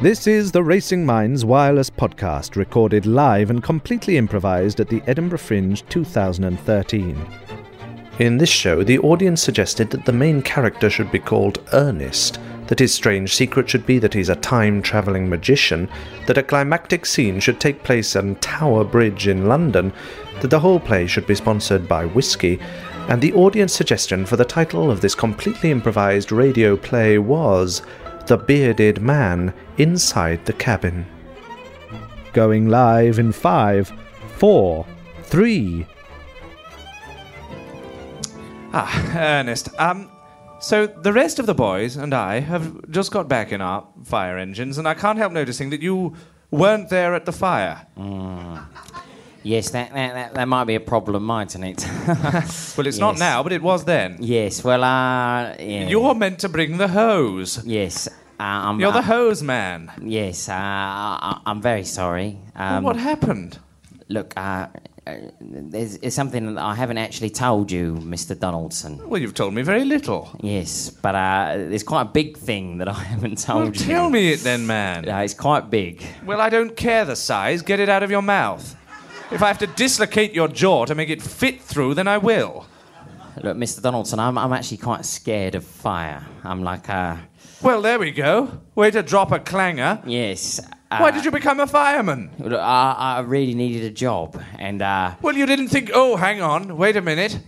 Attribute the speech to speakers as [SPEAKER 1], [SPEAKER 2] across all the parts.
[SPEAKER 1] This is the Racing Minds Wireless Podcast, recorded live and completely improvised at the Edinburgh Fringe 2013. In this show, the audience suggested that the main character should be called Ernest, that his strange secret should be that he's a time travelling magician, that a climactic scene should take place on Tower Bridge in London, that the whole play should be sponsored by whiskey, and the audience suggestion for the title of this completely improvised radio play was The Bearded Man Inside the Cabin. Going live in five, four, three,
[SPEAKER 2] Ah, Ernest. Um, so the rest of the boys and I have just got back in our fire engines, and I can't help noticing that you weren't there at the fire.
[SPEAKER 3] Mm, Yes, that, that, that, that might be a problem, mightn't it?
[SPEAKER 2] Well, it's not
[SPEAKER 3] Yes.
[SPEAKER 2] now, but it was then.
[SPEAKER 3] yes, well, uh, yeah.
[SPEAKER 2] You're meant to bring the hose.
[SPEAKER 3] Yes, uh, I'm.
[SPEAKER 2] You're the
[SPEAKER 3] uh,
[SPEAKER 2] hose man.
[SPEAKER 3] Yes, uh, I, I- I'm very sorry.
[SPEAKER 2] Well,
[SPEAKER 3] Um,
[SPEAKER 2] what happened?
[SPEAKER 3] Look, uh, uh, there's, there's something that I haven't actually told you, Mr. Donaldson.
[SPEAKER 2] Well, you've told me very little.
[SPEAKER 3] Yes, but uh, there's quite a big thing that I haven't told
[SPEAKER 2] Well,
[SPEAKER 3] you.
[SPEAKER 2] tell me it then, man.
[SPEAKER 3] Uh, it's quite big.
[SPEAKER 2] Well, I don't care the size. Get it out of your mouth. If I have to dislocate your jaw to make it fit through, then I will.
[SPEAKER 3] Look, Mr. Donaldson, I'm, I'm actually quite scared of fire. I'm like, uh,
[SPEAKER 2] Well, there we go. Way to drop a clanger.
[SPEAKER 3] yes. Uh,
[SPEAKER 2] Why did you become a fireman?
[SPEAKER 3] Look, I, I really needed a job, and uh,
[SPEAKER 2] Well, you didn't think, oh, hang on, wait a minute.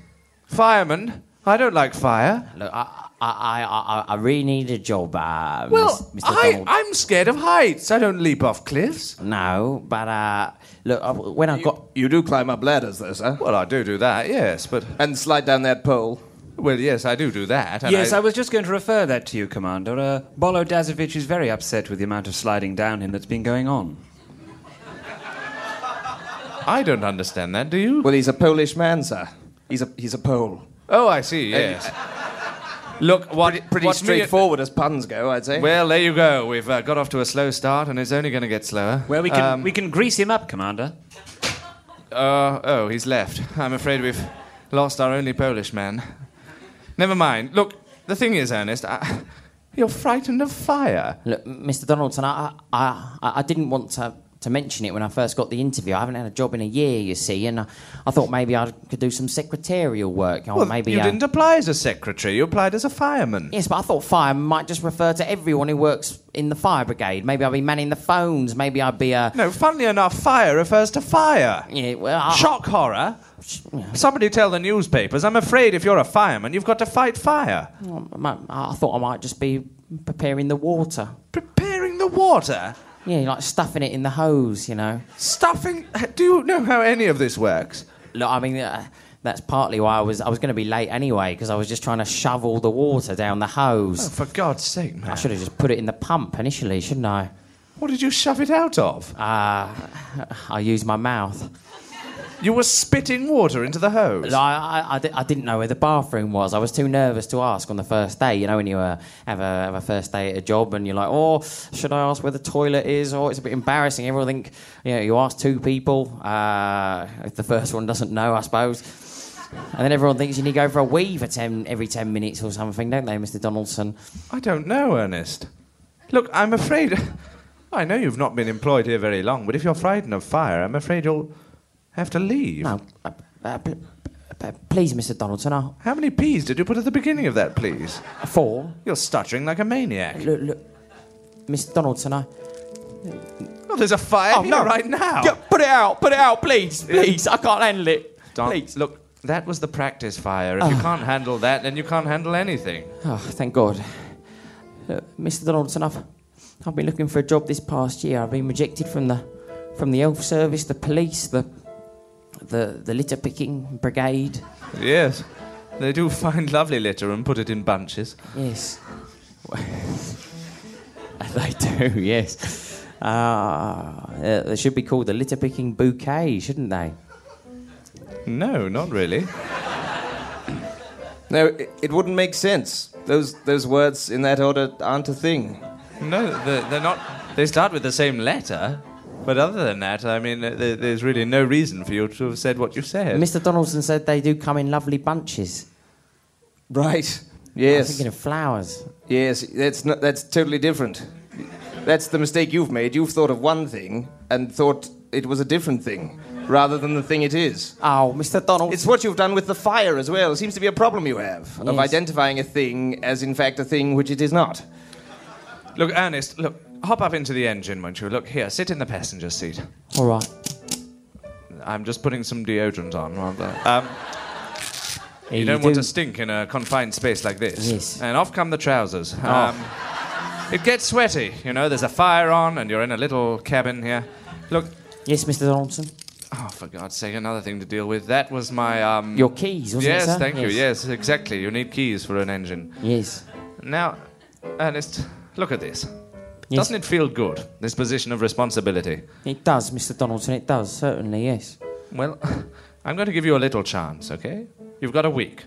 [SPEAKER 2] Fireman, I don't like fire.
[SPEAKER 3] Look, I, I, I, I- I really need a job, uh,
[SPEAKER 2] Well,
[SPEAKER 3] Miss- Mr.
[SPEAKER 2] I,
[SPEAKER 3] Donald.
[SPEAKER 2] I'm scared of heights. I don't leap off cliffs.
[SPEAKER 3] No, but uh, look, uh, when I got
[SPEAKER 4] You do climb up ladders, though, sir,
[SPEAKER 2] Well, I do do that, yes, but.
[SPEAKER 4] and slide down that pole.
[SPEAKER 2] Well, yes, I do do that. and
[SPEAKER 5] Yes, I was just going to refer that to you, Commander. Uh, Bolo Dazovic is very upset with the amount of sliding down him that's been going on.
[SPEAKER 2] I don't understand that, do you?
[SPEAKER 4] Well, he's a Polish man, sir. He's a he's a Pole.
[SPEAKER 2] Oh, I see, yes. Look, what.
[SPEAKER 4] Pretty
[SPEAKER 2] what me-
[SPEAKER 4] straightforward as puns go, I'd
[SPEAKER 3] Eh?
[SPEAKER 4] say.
[SPEAKER 2] well, there you go. We've uh, got off to a slow start, and it's only going to get slower.
[SPEAKER 5] Well, we can,
[SPEAKER 2] Um,
[SPEAKER 5] we can grease him up, Commander.
[SPEAKER 2] Uh, oh, he's left. I'm afraid we've lost our only Polish man. Never mind. Look, the thing is, Ernest, I, you're frightened of fire.
[SPEAKER 3] look, Mr. Donaldson, I, I, I, I didn't want to, to mention it when I first got the interview. I haven't had a job in a year, you see, and I, I thought maybe I could do some secretarial work, or
[SPEAKER 2] Well,
[SPEAKER 3] maybe
[SPEAKER 2] you
[SPEAKER 3] uh,
[SPEAKER 2] didn't apply as a secretary. You applied as a fireman.
[SPEAKER 3] Yes, but I thought fire might just refer to everyone who works in the fire brigade. Maybe I'd be manning the phones. Maybe I'd be a
[SPEAKER 2] No, funnily enough, fire refers to fire.
[SPEAKER 3] yeah. Well, I,
[SPEAKER 2] Shock horror. Somebody tell the newspapers. I'm afraid if you're a fireman, you've got to fight fire.
[SPEAKER 3] I might- I thought I might just be preparing the water.
[SPEAKER 2] Preparing the water,
[SPEAKER 3] Yeah, like stuffing it in the hose, you know.
[SPEAKER 2] stuffing. Do you know how any of this works?
[SPEAKER 3] Look, I mean, uh, that's partly why I was I was going to be late anyway because I was just trying to shovel the water down the hose.
[SPEAKER 2] Oh, for God's sake, man!
[SPEAKER 3] I should have just put it in the pump initially, shouldn't I? Uh,
[SPEAKER 2] What did you shove it out of?
[SPEAKER 3] I used my mouth.
[SPEAKER 2] You were spitting water into the hose.
[SPEAKER 3] Look, I, I, I, di- I didn't know where the bathroom was. I was too nervous to ask on the first day. You know, when you uh, have, a, have a first day at a job and you're like, oh, should I ask where the toilet is? Or it's a bit embarrassing. Everyone think, you know, you ask two people. Uh, if the first one doesn't know, I suppose. And then everyone thinks you need to go for a wee for 10, every 10 minutes or something, don't they, Mr. Donaldson?
[SPEAKER 2] I don't know, Oh, Ernest. Look, I'm afraid. I know you've not been employed here very long, but if you're frightened of fire, I'm afraid you'll have to leave.
[SPEAKER 3] No. Uh, uh, p- p- please, Mr. Donaldson, uh,
[SPEAKER 2] How many P's did you put at the beginning of that, please?
[SPEAKER 3] four.
[SPEAKER 2] You're stuttering like a maniac.
[SPEAKER 3] Look, look. Mr. Donaldson, I.
[SPEAKER 2] Oh, there's a fire here right now.
[SPEAKER 3] Yeah, put it out, put it out, please, please. I can't handle it.
[SPEAKER 2] Don't-
[SPEAKER 3] Please.
[SPEAKER 2] Look, that was the practice fire.
[SPEAKER 3] Ah.
[SPEAKER 2] If you can't handle that, then you can't handle anything.
[SPEAKER 3] Oh, thank God. Look, Mr. Donaldson, I've, I've been looking for a job this past year. I've been rejected from the from the health service, the police, the the the litter picking brigade.
[SPEAKER 2] Yes. They do find lovely litter and put it in bunches.
[SPEAKER 3] Yes. they do, yes. Ah, uh, they should be called the litter picking bouquet, shouldn't they?
[SPEAKER 2] No, not really.
[SPEAKER 4] no, it, it wouldn't make sense. Those those words in that order aren't a thing.
[SPEAKER 2] No, they're, they're not. They start with the same letter, but other than that, I mean, uh, there, there's really no reason for you to have said what you said.
[SPEAKER 3] Mr. Donaldson said they do come in lovely bunches.
[SPEAKER 4] Right.
[SPEAKER 3] I'm
[SPEAKER 4] Yes.
[SPEAKER 3] thinking of flowers.
[SPEAKER 4] Yes. That's not, that's totally different. That's the mistake you've made. You've thought of one thing and thought it was a different thing rather than the thing it is.
[SPEAKER 3] Oh, Mr. Donald.
[SPEAKER 4] It's what you've done with the fire as well. It seems to be a problem you have of
[SPEAKER 3] Yes.
[SPEAKER 4] identifying a thing as, in fact, a thing which it is not.
[SPEAKER 2] Look, Ernest, look, hop up into the engine, won't you? Look, here, sit in the passenger seat.
[SPEAKER 3] All right.
[SPEAKER 2] I'm just putting some deodorant on. while the- Um,
[SPEAKER 3] Yeah,
[SPEAKER 2] you don't want to stink in a confined space like this.
[SPEAKER 3] Yes.
[SPEAKER 2] And off come the trousers. Um, it gets sweaty, you know, there's a fire on, and you're in a little cabin here. Look,
[SPEAKER 3] Yes, Mr. Donaldson.
[SPEAKER 2] oh, for God's sake, another thing to deal with. That was my. Um,
[SPEAKER 3] Your keys, wasn't
[SPEAKER 2] Yes,
[SPEAKER 3] it, sir?
[SPEAKER 2] thank you. Yes, exactly. You need keys for an engine.
[SPEAKER 3] Yes.
[SPEAKER 2] Now, Ernest, look at this.
[SPEAKER 3] Yes.
[SPEAKER 2] Doesn't it feel good, this position of responsibility?
[SPEAKER 3] It does, Mr. Donaldson. It does, certainly, yes.
[SPEAKER 2] Well, I'm going to give you a little chance, okay? You've got a week.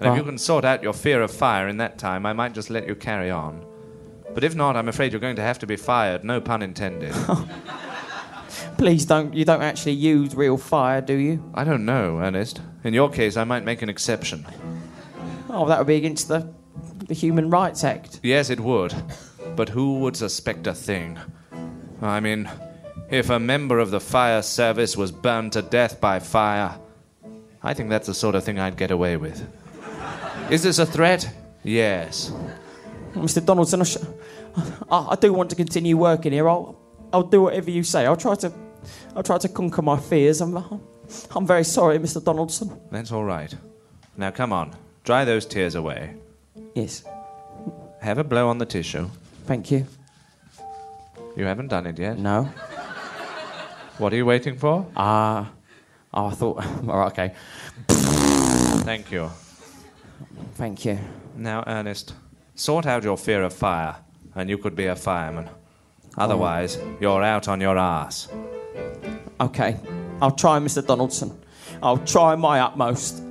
[SPEAKER 2] And if
[SPEAKER 3] Right.
[SPEAKER 2] you can sort out your fear of fire in that time, I might just let you carry on. But if not, I'm afraid you're going to have to be fired, no pun intended.
[SPEAKER 3] Please don't. You don't actually use real fire, do you?
[SPEAKER 2] I don't know, Ernest. In your case, I might make an exception.
[SPEAKER 3] Oh, that would be against the, the Human Rights Act.
[SPEAKER 2] Yes, it would. But who would suspect a thing? I mean, if a member of the fire service was burned to death by fire, I think that's the sort of thing I'd get away with. Is this a threat? Yes.
[SPEAKER 3] Mr. Donaldson, I, sh- I, I do want to continue working here. I'll, I'll do whatever you say. I'll try to, I'll try to conquer my fears. I'm, I'm very sorry, Mr. Donaldson.
[SPEAKER 2] That's all right. Now come on, dry those tears away.
[SPEAKER 3] Yes,
[SPEAKER 2] Have a blow on the tissue.
[SPEAKER 3] thank you.
[SPEAKER 2] You haven't done it yet.
[SPEAKER 3] No.
[SPEAKER 2] What are you waiting for?
[SPEAKER 3] Ah. oh, I thought. All right. Okay.
[SPEAKER 2] Thank you.
[SPEAKER 3] Thank you.
[SPEAKER 2] Now, Ernest, sort out your fear of fire, and you could be a fireman. Otherwise, you're out on your ass.
[SPEAKER 3] Okay. I'll try, Mr. Donaldson. I'll try my utmost.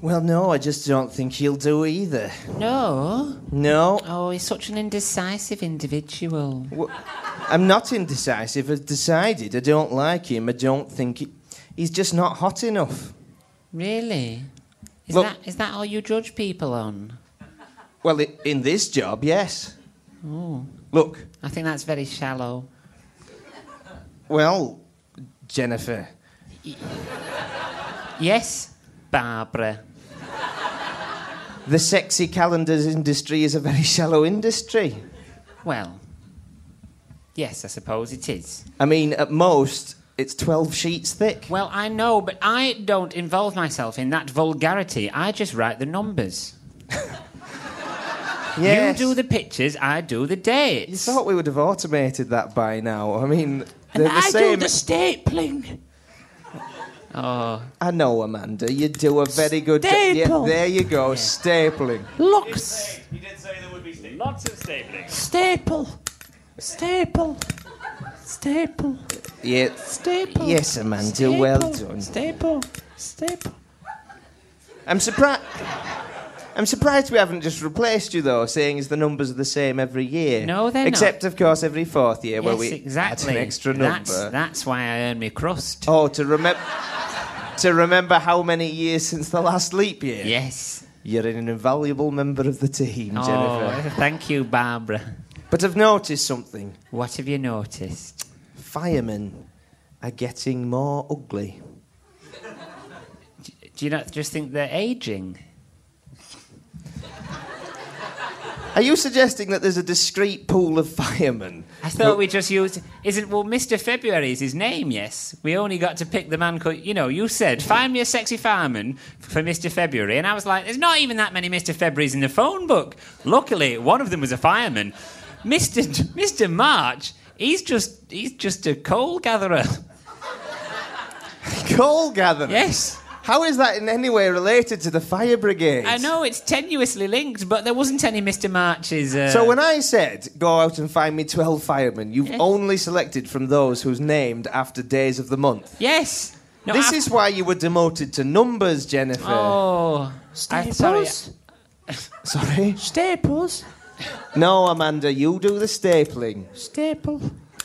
[SPEAKER 4] Well, no, I just don't think he'll do either.
[SPEAKER 6] No.
[SPEAKER 4] No,
[SPEAKER 6] Oh, he's such an indecisive individual.
[SPEAKER 4] I'm not indecisive. I've decided I don't like him. I don't think he, he's just not hot enough.
[SPEAKER 6] Really? Is
[SPEAKER 4] Look-
[SPEAKER 6] that is that all you judge people on?
[SPEAKER 4] Well, i in this job, yes.
[SPEAKER 6] Oh.
[SPEAKER 4] Look,
[SPEAKER 6] I think that's very shallow.
[SPEAKER 4] well, Jennifer,
[SPEAKER 6] Yes, Barbara.
[SPEAKER 4] the sexy calendars industry is a very shallow industry.
[SPEAKER 6] Well, yes, I suppose it is.
[SPEAKER 4] I mean, at most, it's 12 sheets thick.
[SPEAKER 6] Well, I know, but I don't involve myself in that vulgarity. I just write the numbers.
[SPEAKER 4] Yes.
[SPEAKER 6] You do the pictures, I do the dates.
[SPEAKER 4] You thought we would have automated that by now. I mean,
[SPEAKER 6] and
[SPEAKER 4] they're the
[SPEAKER 6] I
[SPEAKER 4] same.
[SPEAKER 6] do the stapling. Oh,
[SPEAKER 4] I know, Amanda. You do a very good job. Yeah,
[SPEAKER 6] Staple.
[SPEAKER 4] there you go, stapling.
[SPEAKER 6] looks.
[SPEAKER 7] He did say there would be stapling. Lots of stapling.
[SPEAKER 6] Staple. Staple. Staple.
[SPEAKER 4] Yeah,
[SPEAKER 6] Staple.
[SPEAKER 4] Yes, Amanda, well done.
[SPEAKER 6] Staple. Staple.
[SPEAKER 4] I'm surprised. I'm surprised we haven't just replaced you, though, seeing as the numbers are the same every year.
[SPEAKER 6] No, they're not.
[SPEAKER 4] Except, of course, every fourth year where
[SPEAKER 6] yes,
[SPEAKER 4] we
[SPEAKER 6] exactly.
[SPEAKER 4] add an extra number.
[SPEAKER 6] That's, that's why I earn me crust.
[SPEAKER 4] Oh, to remember. To remember how many years since the last leap year.
[SPEAKER 6] Yes.
[SPEAKER 4] You're an invaluable member of the team, Jennifer.
[SPEAKER 6] Oh, thank you, Barbara.
[SPEAKER 4] But I've noticed something.
[SPEAKER 6] What have you noticed?
[SPEAKER 4] Firemen are getting more ugly.
[SPEAKER 6] Do you not just think they're aging?
[SPEAKER 4] Are you suggesting that there's a discrete pool of firemen?
[SPEAKER 6] I thought we just used. Isn't well, Mr. February is his name? Yes, we only got to pick the man. Co- you know, you said find me a sexy fireman for Mr. February, and I was like, there's not even that many Mr. Februarys in the phone book. Luckily, one of them was a fireman. Mr. Mr. March, he's just he's just a coal gatherer.
[SPEAKER 4] Coal gatherer.
[SPEAKER 6] Yes.
[SPEAKER 4] How is that in any way related to the fire brigade?
[SPEAKER 6] I know it's tenuously linked, but there wasn't any Mr. March's. Uh,
[SPEAKER 4] So when I said go out and find me 12 firemen, you've
[SPEAKER 6] Yes.
[SPEAKER 4] only selected from those who's named after days of the month.
[SPEAKER 6] yes, no,
[SPEAKER 4] this
[SPEAKER 6] I-
[SPEAKER 4] is why you were demoted to numbers, Jennifer.
[SPEAKER 6] oh, I- sorry.
[SPEAKER 4] Staples? Sorry?
[SPEAKER 6] Staples,
[SPEAKER 4] No, Amanda, you do the stapling.
[SPEAKER 6] staple,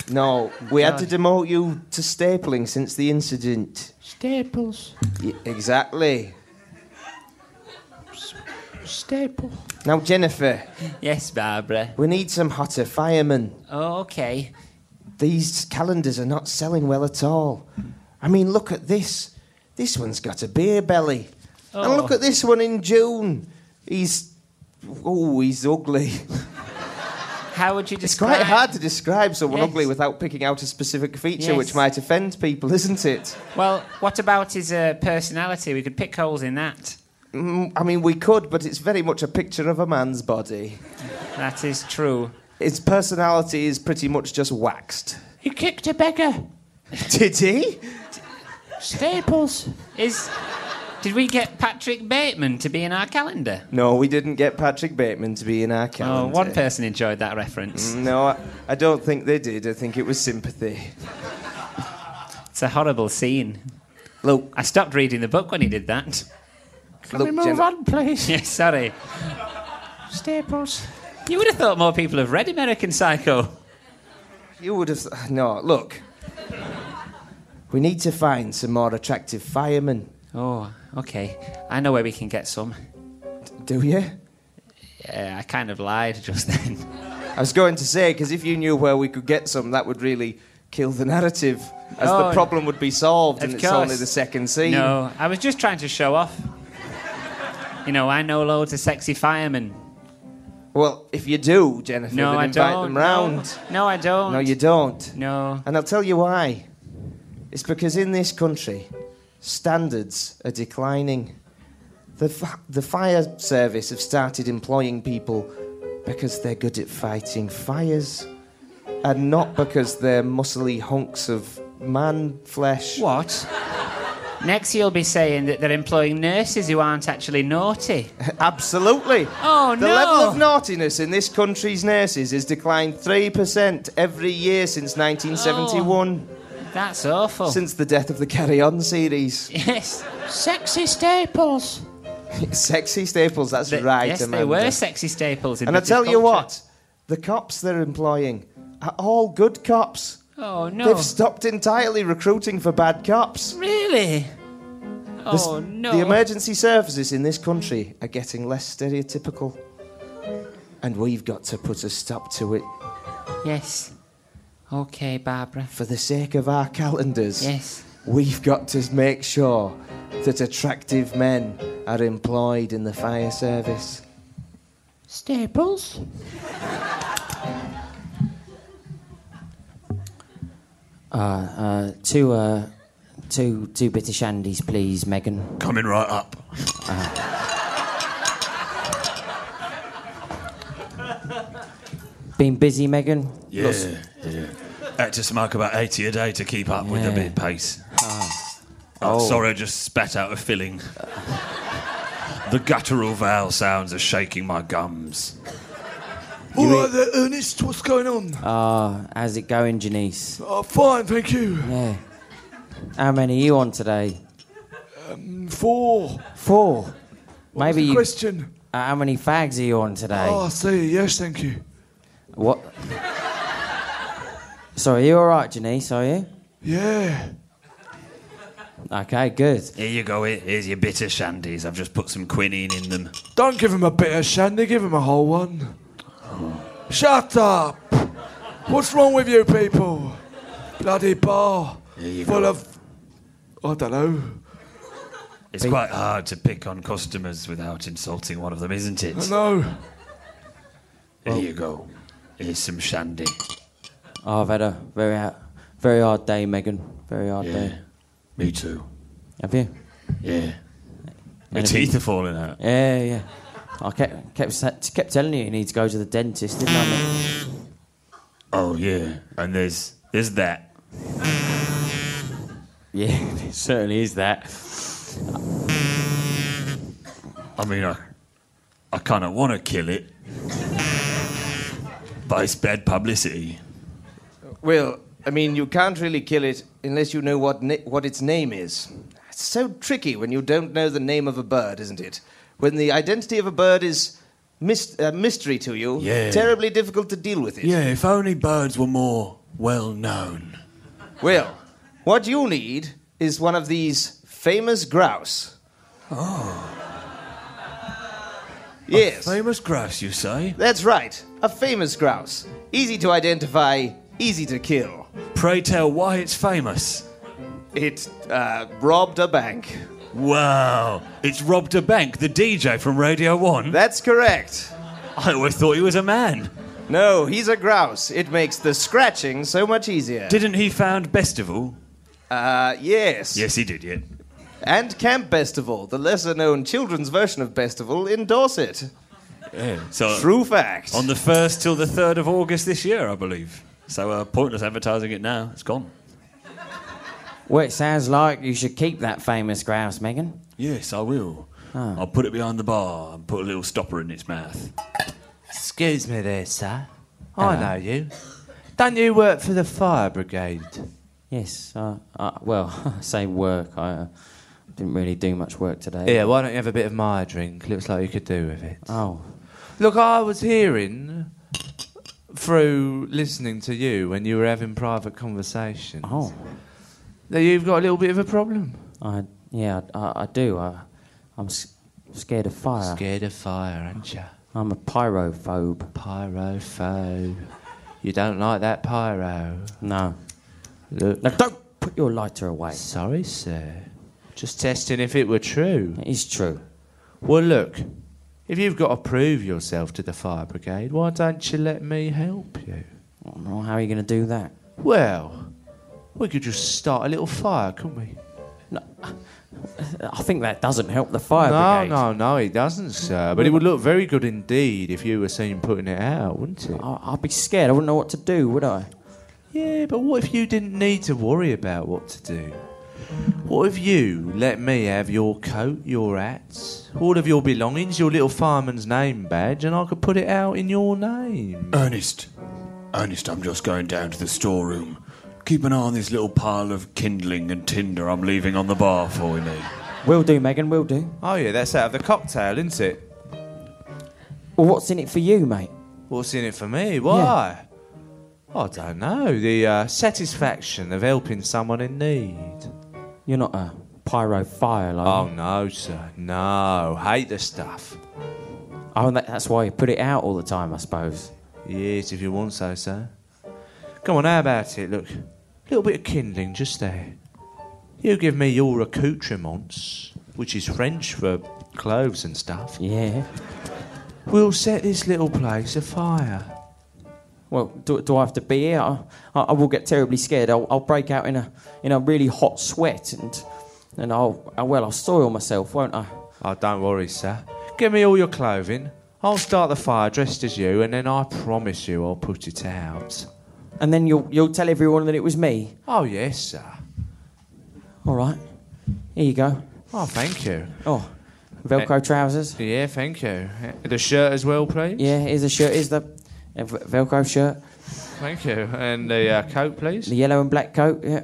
[SPEAKER 4] No, we had to demote you to stapling since the incident.
[SPEAKER 6] staples.
[SPEAKER 4] Y- exactly.
[SPEAKER 6] Staple.
[SPEAKER 4] Now, Jennifer,
[SPEAKER 6] Yes, Barbara.
[SPEAKER 4] we need some hotter firemen.
[SPEAKER 6] Oh, okay.
[SPEAKER 4] These calendars are not selling well at all. I mean, look at this. This one's got a beer belly. And look
[SPEAKER 6] Oh.
[SPEAKER 4] at this one in June. He's. Oh, he's ugly.
[SPEAKER 6] How would you
[SPEAKER 4] It's
[SPEAKER 6] describe?
[SPEAKER 4] quite hard to describe someone
[SPEAKER 6] Yes.
[SPEAKER 4] ugly without picking out a specific feature
[SPEAKER 6] Yes.
[SPEAKER 4] which might offend people, isn't it?
[SPEAKER 6] Well, what about his uh, personality? We could pick holes in that.
[SPEAKER 4] Mm, I mean, we could, but it's very much a picture of a man's body.
[SPEAKER 6] That is true.
[SPEAKER 4] His personality is pretty much just waxed.
[SPEAKER 6] He kicked a beggar.
[SPEAKER 4] Did he?
[SPEAKER 6] Staples is. Did we get Patrick Bateman to be in our calendar?
[SPEAKER 4] No, we didn't get Patrick Bateman to be in our
[SPEAKER 6] Oh,
[SPEAKER 4] calendar.
[SPEAKER 6] one person enjoyed that reference.
[SPEAKER 4] No, I, I don't think they did. I think it was sympathy.
[SPEAKER 6] It's a horrible scene.
[SPEAKER 4] Look,
[SPEAKER 6] I stopped reading the book when he did that.
[SPEAKER 4] look, Jen-
[SPEAKER 6] please? Yes, sorry. Staples. You would have thought more people have read American Psycho.
[SPEAKER 4] You would have. th- No, look. We need to find some more attractive firemen.
[SPEAKER 6] Oh, okay. I know where we can get some.
[SPEAKER 4] Do you?
[SPEAKER 6] Yeah, I kind of lied just then.
[SPEAKER 4] I was going to say because if you knew where we could get some, that would really kill the narrative, as
[SPEAKER 6] Oh,
[SPEAKER 4] the problem would be solved, and
[SPEAKER 6] of
[SPEAKER 4] it's only
[SPEAKER 6] course.
[SPEAKER 4] the second scene.
[SPEAKER 6] No, I was just trying to show off. You know, I know loads of sexy firemen.
[SPEAKER 4] Well, if you do, Jennifer,
[SPEAKER 6] No,
[SPEAKER 4] then
[SPEAKER 6] I
[SPEAKER 4] invite
[SPEAKER 6] don't.
[SPEAKER 4] them
[SPEAKER 6] no.
[SPEAKER 4] round.
[SPEAKER 6] No, I don't.
[SPEAKER 4] no, you don't.
[SPEAKER 6] No.
[SPEAKER 4] And I'll tell you why. It's because in this country, standards are declining. The, f- the fire service have started employing people because they're good at fighting fires and not because they're muscly hunks of man flesh.
[SPEAKER 6] What? Next, you'll be saying that they're employing nurses who aren't actually naughty.
[SPEAKER 4] Absolutely.
[SPEAKER 6] Oh,
[SPEAKER 4] the
[SPEAKER 6] no.
[SPEAKER 4] level of naughtiness in this country's nurses has declined 3% every year since 1971,
[SPEAKER 6] Oh, That's awful.
[SPEAKER 4] since the death of the Carry On series.
[SPEAKER 6] yes. Sexy staples.
[SPEAKER 4] Sexy staples, that's right,
[SPEAKER 6] yes, they
[SPEAKER 4] Amanda.
[SPEAKER 6] were sexy staples. In
[SPEAKER 4] And I
[SPEAKER 6] British
[SPEAKER 4] tell you
[SPEAKER 6] culture.
[SPEAKER 4] what, the cops they're employing are all good cops.
[SPEAKER 6] Oh no.
[SPEAKER 4] They've stopped entirely recruiting for bad cops.
[SPEAKER 6] Really?
[SPEAKER 4] The s-
[SPEAKER 6] Oh no.
[SPEAKER 4] The emergency services in this country are getting less stereotypical. And we've got to put a stop to it
[SPEAKER 6] yes. Okay, Barbara.
[SPEAKER 4] for the sake of our calendars.
[SPEAKER 6] Yes.
[SPEAKER 4] We've got to make sure that attractive men are employed in the fire service.
[SPEAKER 6] Staples.
[SPEAKER 3] Uh, two, uh, two, two bitter shandies, please, Uh. Megan.
[SPEAKER 5] Coming right up.
[SPEAKER 3] Been busy, Megan.
[SPEAKER 5] Yeah. yeah. Had to smoke about 80 a day to keep up with the
[SPEAKER 3] Yeah.
[SPEAKER 5] bit pace. Oh, Sorry, I just spat out a filling. the guttural vowel sounds are shaking my gums.
[SPEAKER 3] You
[SPEAKER 8] All right there, Ernest, what's going on?
[SPEAKER 3] Ah, how's it going, Janice?
[SPEAKER 8] Oh, fine, thank you.
[SPEAKER 3] Yeah. How many are you on today?
[SPEAKER 8] Um, Four.
[SPEAKER 3] Four. Maybe you.
[SPEAKER 8] Question.
[SPEAKER 3] Uh, how many fags are you on today?
[SPEAKER 8] Oh, I see. Yes, thank you.
[SPEAKER 3] What? Sorry, you all right, Janice? Are you?
[SPEAKER 8] Yeah.
[SPEAKER 3] Okay, good.
[SPEAKER 5] Here you go, here- here's your bitter shandies. I've just put some quinine in them.
[SPEAKER 8] Don't give him a bit of shandy, give him a whole one. Shut up! What's wrong with you people? Bloody bar. full of. I don't know.
[SPEAKER 5] It's quite hard to pick on customers without insulting one of them, isn't it?
[SPEAKER 8] I know. Oh.
[SPEAKER 5] Here you go. Here's some shandy.
[SPEAKER 3] Oh, I've had a very, ha- very hard day, Megan. Very hard day.
[SPEAKER 5] Me too.
[SPEAKER 3] Have you?
[SPEAKER 5] Yeah. My
[SPEAKER 3] Anything?
[SPEAKER 5] teeth are falling out.
[SPEAKER 3] Yeah, yeah. I kept kept sa- kept telling you you need to go to the dentist, didn't I? Megan?
[SPEAKER 5] Oh yeah. And there's there's that.
[SPEAKER 3] Yeah, it certainly is that.
[SPEAKER 5] I mean, I, I kind of want to kill it, but it's bad publicity.
[SPEAKER 4] Well, I mean, you can't really kill it unless you know what na- what its name is. It's so tricky when you don't know the name of a bird, isn't it? When the identity of a bird is mys- a mystery to you,
[SPEAKER 8] Yeah.
[SPEAKER 4] terribly difficult to deal with it.
[SPEAKER 8] Yeah, if only birds were more well known.
[SPEAKER 4] Well, what you need is one of these famous grouse. Yes.
[SPEAKER 5] Oh. Famous grouse, you say?
[SPEAKER 4] That's right, a famous grouse. Easy to identify, easy to kill.
[SPEAKER 5] Pray tell why it's famous.
[SPEAKER 4] It uh, robbed a bank.
[SPEAKER 5] Wow, it's robbed a bank, the DJ from Radio 1.
[SPEAKER 4] That's correct.
[SPEAKER 5] Hmm? I always thought he was a man.
[SPEAKER 4] No, he's a grouse. It makes the scratching so much easier.
[SPEAKER 5] Didn't he found Bestival?
[SPEAKER 4] uh, yes.
[SPEAKER 5] Yes, he did, yeah.
[SPEAKER 4] And Camp Festival, the lesser known children's version of Festival in Dorset.
[SPEAKER 5] So
[SPEAKER 4] True fact.
[SPEAKER 5] on the 1st till the 3rd of August this year, I believe. So uh, pointless advertising it now. It's gone.
[SPEAKER 9] Well, it sounds like you should keep that famous grouse, Megan. Ah.
[SPEAKER 5] Yes, I will. I'll put it behind the bar and put a little stopper in its mouth.
[SPEAKER 2] Excuse me there, sir. I know you. Don't you work for the fire brigade?
[SPEAKER 9] Yes. Uh, uh, well, I say work. I uh, didn't really do much work today.
[SPEAKER 2] Yeah, why don't you have a bit of my drink? Looks like you could do with it.
[SPEAKER 9] Oh,
[SPEAKER 2] Look, I was hearing through listening to you when you were having private conversations
[SPEAKER 9] oh,
[SPEAKER 2] that you've got a little bit of a problem.
[SPEAKER 9] I yeah, I, I do. I, I'm s- scared of fire.
[SPEAKER 2] Scared of fire, aren't you?
[SPEAKER 9] I'm a pyrophobe.
[SPEAKER 2] Pyrophobe. You don't like that pyro.
[SPEAKER 9] No,
[SPEAKER 2] Look.
[SPEAKER 9] no, don't put your lighter away.
[SPEAKER 2] Sorry, sir. Just testing if it were true.
[SPEAKER 9] It's true.
[SPEAKER 2] Well, look, if you've got to prove yourself to the fire brigade, why don't you let me help you?
[SPEAKER 9] Well, how are you going to do that?
[SPEAKER 2] Well, we could just start a little fire, couldn't we?
[SPEAKER 9] I think that doesn't help the fire
[SPEAKER 2] No,
[SPEAKER 9] brigade.
[SPEAKER 2] no, no, it doesn't, sir. But it would look very good indeed if you were seen putting it out, wouldn't it?
[SPEAKER 9] I, I'd be scared. I wouldn't know what to do, would I?
[SPEAKER 2] Yeah, but what if you didn't need to worry about what to do? What if you let me have your coat, your hats, all of your belongings, your little fireman's name badge, and I could put it out in your name?
[SPEAKER 5] Ernest, Ernest, I'm just going down to the storeroom. Keep an eye on this little pile of kindling and tinder I'm leaving on the bar for me.
[SPEAKER 9] Will do, Megan. Will do.
[SPEAKER 2] Oh, yeah, that's out of the cocktail, isn't it?
[SPEAKER 9] Well, what's in it for you, mate?
[SPEAKER 2] What's in it for me? Why? I don't know. The uh, satisfaction of helping someone in need.
[SPEAKER 9] You're not a pyro fire, like.
[SPEAKER 2] Oh no, sir. No, hate the stuff.
[SPEAKER 9] Oh, that, that's why you put it out all the time, I suppose.
[SPEAKER 2] Yes, if you want so, sir. Come on, how about it? Look, a little bit of kindling just there. You give me your accoutrements, which is French for clothes and stuff.
[SPEAKER 9] Yeah.
[SPEAKER 2] We'll set this little place afire.
[SPEAKER 9] Well, do, do I have to be here? I, I, I will get terribly scared. I'll, I'll break out in a in a really hot sweat, and and I'll I, well I'll soil myself, won't I?
[SPEAKER 2] Oh, don't worry, sir. Give me all your clothing. I'll start the fire dressed as you, and then I promise you I'll put it out.
[SPEAKER 9] And then you'll you'll tell everyone that it was me.
[SPEAKER 2] Oh, yes, sir.
[SPEAKER 9] All right. Here you go.
[SPEAKER 2] Oh, thank you.
[SPEAKER 9] Oh, Velcro trousers.
[SPEAKER 2] Yeah, thank you. The shirt as well, please.
[SPEAKER 9] Yeah, here's a shirt. Here's the a v- Velcro shirt.
[SPEAKER 2] Thank you. And the uh, coat, please.
[SPEAKER 9] The yellow and black coat. Yeah.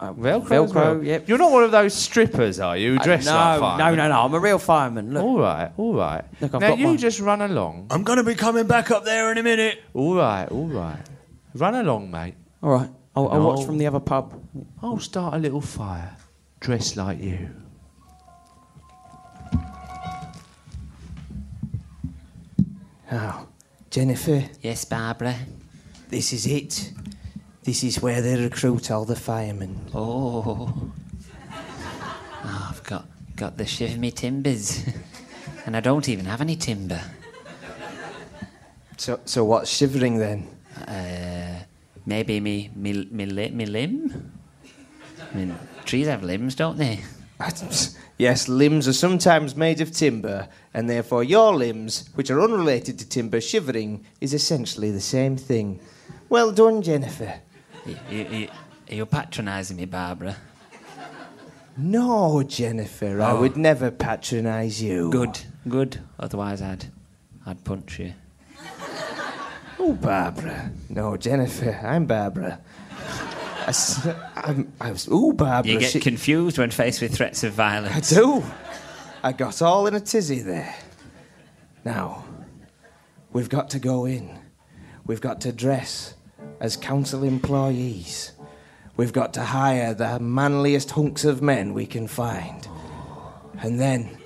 [SPEAKER 9] Uh,
[SPEAKER 2] Velcro. as well.
[SPEAKER 9] Yep. Uh,
[SPEAKER 2] You're not one of those strippers, are you? Who dress
[SPEAKER 9] no,
[SPEAKER 2] like fire.
[SPEAKER 9] no, no, no. I'm a real fireman. Look.
[SPEAKER 2] All right, all right.
[SPEAKER 9] Look, I've
[SPEAKER 2] now
[SPEAKER 9] got
[SPEAKER 2] you
[SPEAKER 9] one.
[SPEAKER 2] just run along.
[SPEAKER 5] I'm going to be coming back up there in a minute.
[SPEAKER 2] All right, all right. Run along, mate.
[SPEAKER 9] All right. I'll, I'll watch
[SPEAKER 2] No.
[SPEAKER 9] Oh, from the other pub.
[SPEAKER 2] I'll start a little fire, dressed like you.
[SPEAKER 4] Now, Jennifer,
[SPEAKER 9] Yes, Barbara.
[SPEAKER 4] this is it. This is where they recruit all the firemen.
[SPEAKER 6] Oh. Oh, I've got, got the shiv in me timbers. and I don't even have any timber.
[SPEAKER 4] So, so what's shivering then?
[SPEAKER 6] Uh, maybe me, me, me, li- me limb? I mean, trees have limbs, don't they?
[SPEAKER 4] Yes, limbs are sometimes made of timber, and therefore your limbs, which are unrelated to timber shivering, is essentially the same thing. Well done, Jennifer.
[SPEAKER 6] You, you, you, you're patronising me, Barbara.
[SPEAKER 4] No, Jennifer, I would never patronise you.
[SPEAKER 6] Oh. Good, good. Otherwise, I'd, I'd punch you.
[SPEAKER 4] Oh, Barbara. No, Jennifer, I'm Barbara. I, s- I'm, I was, ooh, Barbara.
[SPEAKER 10] You get
[SPEAKER 4] she-
[SPEAKER 10] confused when faced with threats of
[SPEAKER 4] I
[SPEAKER 10] violence.
[SPEAKER 4] do. I got all in a tizzy there. Now, we've got to go in. We've got to dress as council employees. We've got to hire the manliest hunks of men we can find. And then,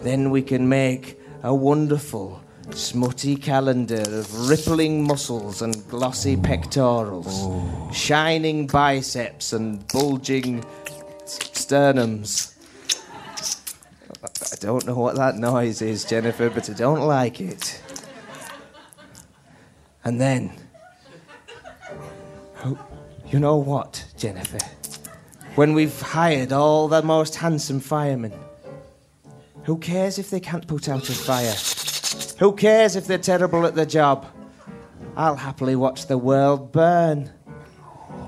[SPEAKER 4] then we can make a wonderful, smutty calendar of rippling muscles and glossy pectorals, shining biceps and bulging s- sternums. I don't know what that noise is, Jennifer, but I don't like it. And then, oh, you know what, Jennifer? When we've hired all the most handsome firemen, who cares if they can't put out a fire? Who cares if they're terrible at their job? I'll happily watch the world burn.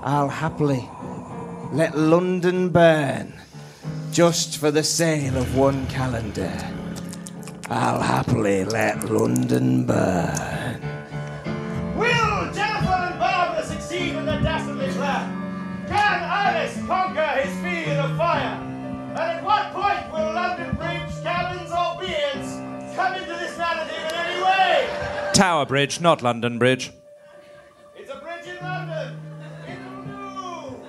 [SPEAKER 4] I'll happily let London burn just for the sale of one calendar. I'll happily let London burn.
[SPEAKER 7] Will Jennifer and Barbara succeed in their dastardly plan? Can Alice conquer his fear of fire? And at what point will London Bridge, cabins, or beards come into this narrative in any way?
[SPEAKER 2] Tower Bridge, not London Bridge.
[SPEAKER 7] It's a bridge in London. It's new.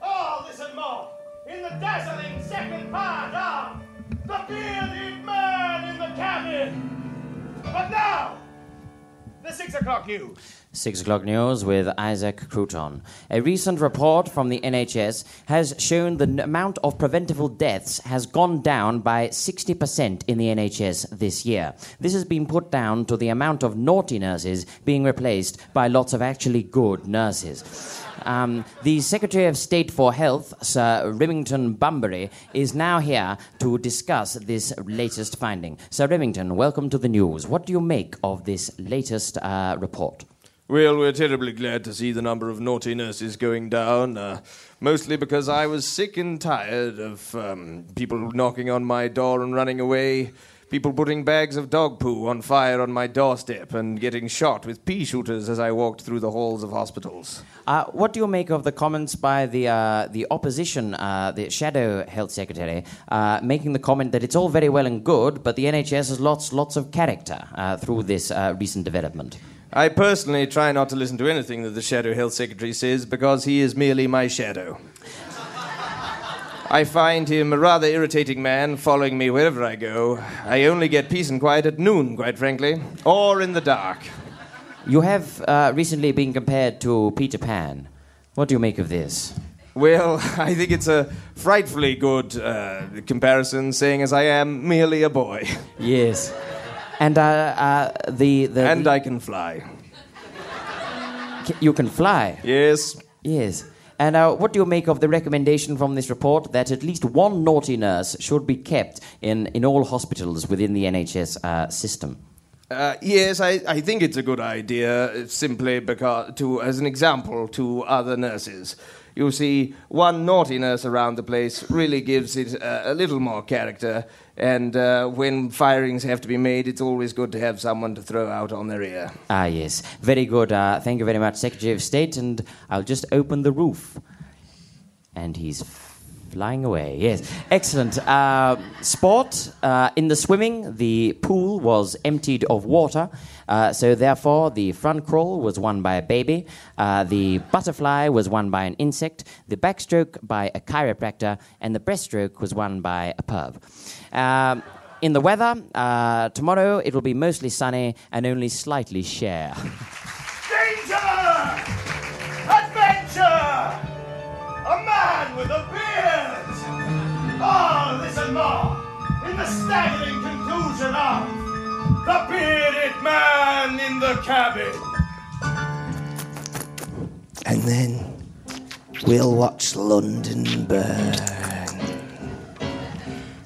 [SPEAKER 7] All this and more in the dazzling second part of The Bearded Man in the Cabin. But now, the six o'clock news.
[SPEAKER 3] Six o'clock news with Isaac Crouton. A recent report from the NHS has shown the n- amount of preventable deaths has gone down by 60% in the NHS this year. This has been put down to the amount of naughty nurses being replaced by lots of actually good nurses. Um, the Secretary of State for Health, Sir Remington Bunbury, is now here to discuss this latest finding. Sir Remington, welcome to the news. What do you make of this latest uh, report?
[SPEAKER 11] Well, we're terribly glad to see the number of naughty nurses going down, uh, mostly because I was sick and tired of um, people knocking on my door and running away, people putting bags of dog poo on fire on my doorstep, and getting shot with pea shooters as I walked through the halls of hospitals.
[SPEAKER 3] Uh, what do you make of the comments by the uh, the opposition, uh, the shadow health secretary, uh, making the comment that it's all very well and good, but the NHS has lots lots of character uh, through this uh, recent development?
[SPEAKER 11] I personally try not to listen to anything that the Shadow Health Secretary says because he is merely my shadow. I find him a rather irritating man following me wherever I go. I only get peace and quiet at noon, quite frankly, or in the dark.
[SPEAKER 3] You have uh, recently been compared to Peter Pan. What do you make of this?
[SPEAKER 11] Well, I think it's a frightfully good uh, comparison, saying as I am merely a boy.
[SPEAKER 3] Yes. And uh, uh, the, the.
[SPEAKER 11] And I can fly.
[SPEAKER 3] C- You can fly.
[SPEAKER 11] Yes.
[SPEAKER 3] Yes. And uh, what do you make of the recommendation from this report that at least one naughty nurse should be kept in, in all hospitals within the NHS uh, system?
[SPEAKER 11] Uh, yes, I, I think it's a good idea, uh, simply because, to, as an example to other nurses. You see, one naughty nurse around the place really gives it uh, a little more character, and uh, when firings have to be made, it's always good to have someone to throw out on their ear.
[SPEAKER 3] Ah, yes. Very good. Uh, thank you very much, Secretary of State. And I'll just open the roof. And he's flying away. Yes. Excellent. Uh, sport. Uh, in the swimming, the pool was emptied of water. Uh, so, therefore, the front crawl was won by a baby. Uh, the butterfly was won by an insect. The backstroke by a chiropractor. And the breaststroke was won by a perv. Um, in the weather, uh, tomorrow it will be mostly sunny and only slightly share.
[SPEAKER 7] Danger! Adventure! A man with a beard! All this and more in the staggering conclusion of The Bearded Man in the Cabin.
[SPEAKER 4] And then we'll watch London burn.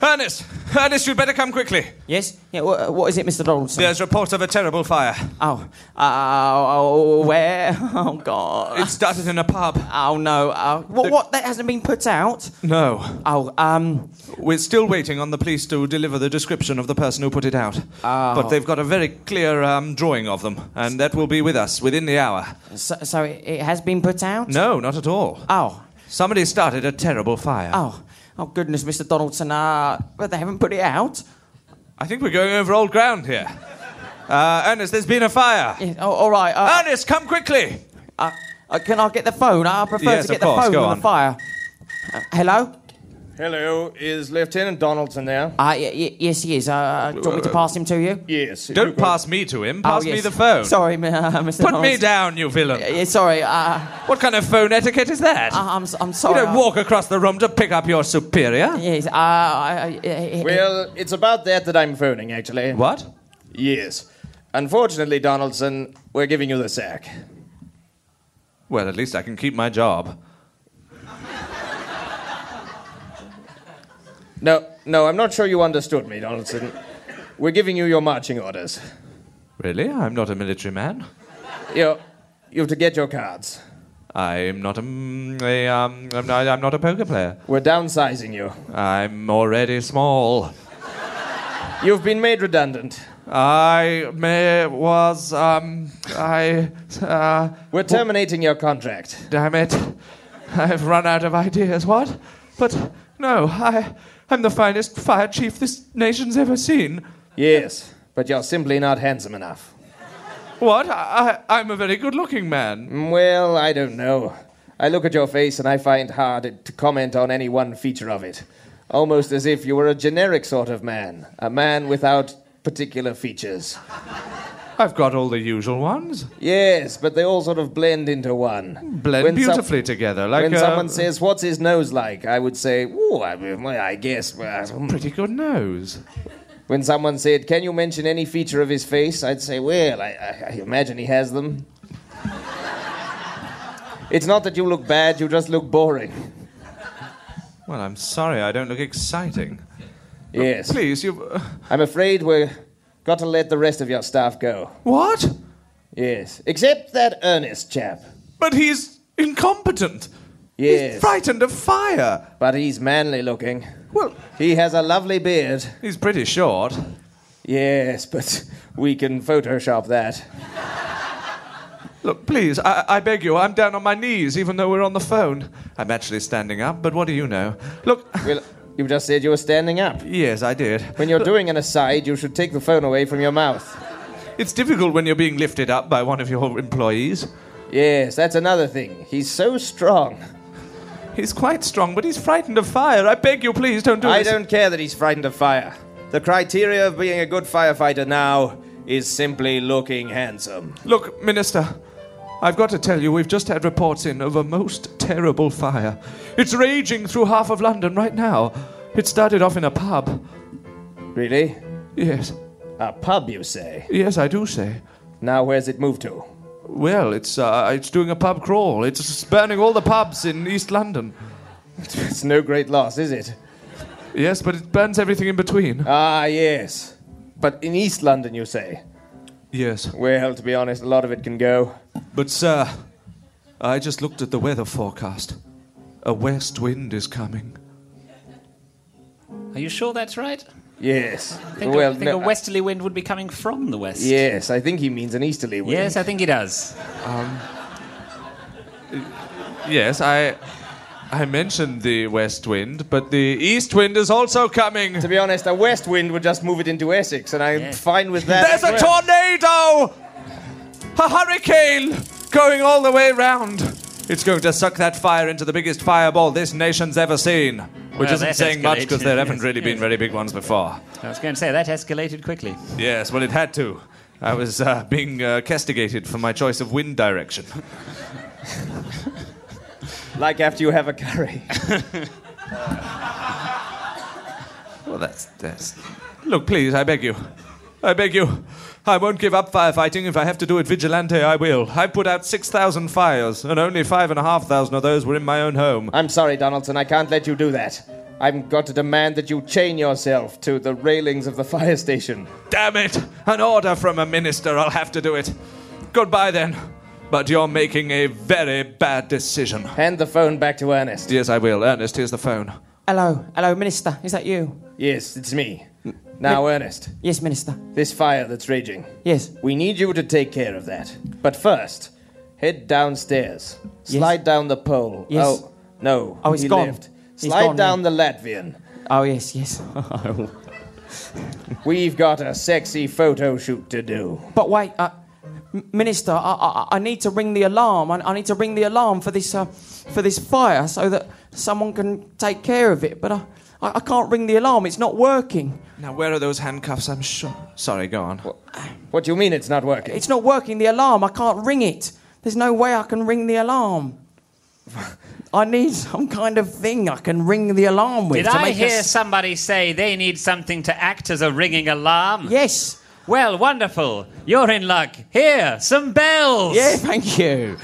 [SPEAKER 2] Ernest! Ernest, you'd better come quickly.
[SPEAKER 3] Yes? Yeah, wha- what is it, Mr. Donaldson?
[SPEAKER 2] There's reports of a terrible fire.
[SPEAKER 3] Oh. Oh, where? Oh, God. It
[SPEAKER 2] started in a pub.
[SPEAKER 3] Oh, no. Oh, what, what? That hasn't been put out?
[SPEAKER 2] No.
[SPEAKER 3] Oh, um.
[SPEAKER 2] We're still waiting on the police to deliver the description of the person who put it out. But
[SPEAKER 3] Oh.
[SPEAKER 2] they've got a very clear um, drawing of them, and that will be with us within the hour.
[SPEAKER 3] So, so it, it has been put out?
[SPEAKER 2] No, not at all.
[SPEAKER 3] Oh.
[SPEAKER 2] Somebody started a terrible fire.
[SPEAKER 3] Oh. Oh, goodness, Mr. Donaldson. Uh, but they haven't put it out?
[SPEAKER 2] I think we're going over old ground here. Uh, Ernest, there's been a fire.
[SPEAKER 3] oh, all right.
[SPEAKER 9] uh,
[SPEAKER 2] Ernest, come quickly.
[SPEAKER 3] Uh, uh, can I get the phone? I prefer
[SPEAKER 2] Yes,
[SPEAKER 3] to get
[SPEAKER 2] of course,
[SPEAKER 3] the phone
[SPEAKER 2] go
[SPEAKER 3] than
[SPEAKER 2] on.
[SPEAKER 3] the fire. Uh, hello?
[SPEAKER 4] Hello, is Lieutenant Donaldson there?
[SPEAKER 9] Uh, y- y- yes, he is. Uh, Uh, do you want me to pass him to you?
[SPEAKER 4] Yes.
[SPEAKER 2] Don't pass me to him.
[SPEAKER 9] Oh,
[SPEAKER 2] Pass me
[SPEAKER 9] yes.
[SPEAKER 2] the phone.
[SPEAKER 9] Sorry, m- uh, Mr.
[SPEAKER 2] Put me
[SPEAKER 9] Donaldson.
[SPEAKER 2] down, you villain.
[SPEAKER 9] Yeah, sorry. Uh,
[SPEAKER 2] what kind of phone etiquette is that?
[SPEAKER 9] I- I'm, s- I'm sorry. uh,
[SPEAKER 2] you don't
[SPEAKER 9] I-
[SPEAKER 2] walk across the room to pick up your superior.
[SPEAKER 9] Yes. Uh, I, I, I,
[SPEAKER 4] Well, it's about that that I'm phoning, actually.
[SPEAKER 2] What?
[SPEAKER 4] Yes. Unfortunately, Donaldson, we're giving you the sack.
[SPEAKER 12] Well, at least I can keep my job.
[SPEAKER 4] No, no, I'm not sure you understood me, Donaldson. We're giving you your marching orders.
[SPEAKER 12] Really? I'm not a military man.
[SPEAKER 4] You, you have to get your cards.
[SPEAKER 12] I'm not a, mm, a um, I'm not, I'm not a poker player.
[SPEAKER 4] We're downsizing you.
[SPEAKER 12] I'm already small.
[SPEAKER 4] You've been made redundant.
[SPEAKER 12] I may, was um I uh
[SPEAKER 4] We're terminating your contract.
[SPEAKER 12] damn it. I've run out of ideas. What? But no, I I'm the finest fire chief this nation's ever seen.
[SPEAKER 4] Yes, but you're simply not handsome enough.
[SPEAKER 12] What? I, I I'm a very good-looking man.
[SPEAKER 4] Mm, Well, I don't know. I look at your face and I find hard it- to comment on any one feature of it. Almost as if you were a generic sort of man, a man without particular features.
[SPEAKER 12] I've got all the usual ones.
[SPEAKER 4] Yes, but they all sort of blend into one.
[SPEAKER 12] Blend
[SPEAKER 4] When some-
[SPEAKER 12] beautifully together like
[SPEAKER 4] when
[SPEAKER 12] uh,
[SPEAKER 4] someone says, "What's his nose like?" I would say, "Ooh, I, well, I guess." well, hmm."
[SPEAKER 12] pretty good nose.
[SPEAKER 4] When someone said, "Can you mention any feature of his face?" I'd say, "Well, I, I, I imagine he has them." it's not that you look bad; you just look boring.
[SPEAKER 12] Well, I'm sorry I don't look exciting.
[SPEAKER 4] Yes,
[SPEAKER 12] Please, you uh,
[SPEAKER 4] I'm afraid we're got to let the rest of your staff go.
[SPEAKER 12] What?
[SPEAKER 4] Yes, except that Ernest chap.
[SPEAKER 2] But he's incompetent.
[SPEAKER 4] Yes,
[SPEAKER 2] He's frightened of fire.
[SPEAKER 4] but he's manly looking.
[SPEAKER 2] Well,
[SPEAKER 4] He has a lovely beard.
[SPEAKER 2] he's pretty short.
[SPEAKER 4] Yes, but we can Photoshop that.
[SPEAKER 2] Look, please, I, I beg you, I'm down on my knees, even though we're on the phone. I'm actually standing up, but what do you know? Look,
[SPEAKER 4] Well, you just said you were standing up.
[SPEAKER 2] yes, I did.
[SPEAKER 4] When you're doing an aside, you should take the phone away from your mouth.
[SPEAKER 2] It's difficult when you're being lifted up by one of your employees.
[SPEAKER 4] Yes, that's another thing. He's so strong.
[SPEAKER 2] He's quite strong, but he's frightened of fire. I beg you, please, don't do
[SPEAKER 4] I
[SPEAKER 2] this.
[SPEAKER 4] don't care that he's frightened of fire. The criteria of being a good firefighter now is simply looking handsome.
[SPEAKER 2] Look, Minister, I've got to tell you, we've just had reports in of a most terrible fire. It's raging through half of London right now. It started off in a pub.
[SPEAKER 4] Really?
[SPEAKER 2] Yes,
[SPEAKER 4] A pub, you say?
[SPEAKER 2] yes, I do say.
[SPEAKER 4] Now, where's it moved to?
[SPEAKER 2] Well, it's uh, it's doing a pub crawl. It's burning all the pubs in East London.
[SPEAKER 4] It's no great loss, is it?
[SPEAKER 2] Yes, but it burns everything in between.
[SPEAKER 4] Ah, yes. But in East London, you say?
[SPEAKER 2] Yes.
[SPEAKER 4] Well, to be honest, a lot of it can go.
[SPEAKER 2] But, sir, I just looked at the weather forecast. A west wind is coming.
[SPEAKER 6] Are you sure that's right?
[SPEAKER 4] Yes.
[SPEAKER 6] I think,
[SPEAKER 4] well,
[SPEAKER 6] I think
[SPEAKER 4] no,
[SPEAKER 6] a westerly wind would be coming from the west.
[SPEAKER 4] Yes, I think he means an easterly wind.
[SPEAKER 6] Yes, I think he does.
[SPEAKER 2] Um, Yes, I. I mentioned the west wind, but the east wind is also coming.
[SPEAKER 4] To be honest, a west wind would just move it into Essex, and I'm
[SPEAKER 6] Yeah.
[SPEAKER 4] fine with that.
[SPEAKER 2] There's
[SPEAKER 4] as
[SPEAKER 2] a
[SPEAKER 4] well.
[SPEAKER 2] tornado! A hurricane going all the way round. It's going to suck that fire into the biggest fireball this nation's ever seen. Which
[SPEAKER 6] Well,
[SPEAKER 2] isn't
[SPEAKER 6] that
[SPEAKER 2] saying much because there
[SPEAKER 6] escalated.
[SPEAKER 2] haven't
[SPEAKER 6] Yes,
[SPEAKER 2] really been
[SPEAKER 6] yes.
[SPEAKER 2] very big ones before.
[SPEAKER 6] I was going to say that escalated quickly.
[SPEAKER 2] Yes, well, it had to. I was uh, being uh, castigated for my choice of wind direction.
[SPEAKER 4] Like after you have a curry.
[SPEAKER 2] Well, that's that's. Look, please, I beg you, I beg you, I won't give up firefighting. If I have to do it vigilante, I will. I put out six thousand fires, and only five and a half thousand of those were in my own home.
[SPEAKER 4] I'm sorry, Donaldson, I can't let you do that. I've got to demand that you chain yourself to the railings of the fire station.
[SPEAKER 2] Damn it! An order from a minister. I'll have to do it. Goodbye then. But you're making a very bad decision.
[SPEAKER 4] Hand the phone back to Ernest.
[SPEAKER 2] Yes, I will. Ernest, here's the phone.
[SPEAKER 9] hello, hello, Minister. Is that you?
[SPEAKER 4] Yes, it's me. Now, Ernest,
[SPEAKER 9] Yes, Minister.
[SPEAKER 4] this fire that's raging.
[SPEAKER 9] Yes.
[SPEAKER 4] We need you to take care of that. But first, head downstairs.
[SPEAKER 9] Yes.
[SPEAKER 4] Slide down the pole.
[SPEAKER 9] Yes.
[SPEAKER 4] Oh, no.
[SPEAKER 9] Oh, he's
[SPEAKER 4] he
[SPEAKER 9] gone.
[SPEAKER 4] Left.
[SPEAKER 9] He's
[SPEAKER 4] Slide
[SPEAKER 9] gone,
[SPEAKER 4] down the Latvian.
[SPEAKER 9] Oh yes, yes.
[SPEAKER 4] We've got a sexy photo shoot to do.
[SPEAKER 9] But wait, uh, M- Minister, I, I, I need to ring the alarm. I, I need to ring the alarm for this uh, for this fire, so that someone can take care of it, but I, I, I can't ring the alarm. It's not working.
[SPEAKER 13] Now, where are those handcuffs? I'm sure. Sorry, go on.
[SPEAKER 11] What do you mean it's not working?
[SPEAKER 9] It's not working, the alarm. I can't ring it. There's no way I can ring the alarm. I need some kind of thing I can ring the alarm with.
[SPEAKER 6] Did
[SPEAKER 9] to
[SPEAKER 6] I
[SPEAKER 9] make a
[SPEAKER 6] hear
[SPEAKER 9] s-
[SPEAKER 6] somebody say they need something to act as a ringing alarm?
[SPEAKER 9] Yes.
[SPEAKER 6] Well, wonderful. You're in luck. Here, some bells.
[SPEAKER 9] Yeah, thank you.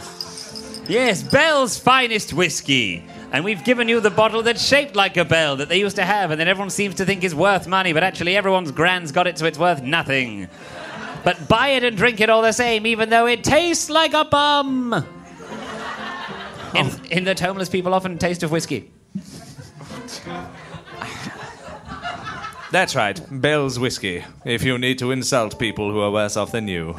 [SPEAKER 6] Yes, Bell's finest whiskey. And we've given you the bottle that's shaped like a bell that they used to have and that everyone seems to think is worth money, but actually everyone's grand's got it, so it's worth nothing. But buy it and drink it all the same, even though it tastes like a bum.
[SPEAKER 9] Oh.
[SPEAKER 6] In, in that homeless people often taste of whiskey.
[SPEAKER 2] That's right, Bell's Whiskey. If you need to insult people who are worse off than you.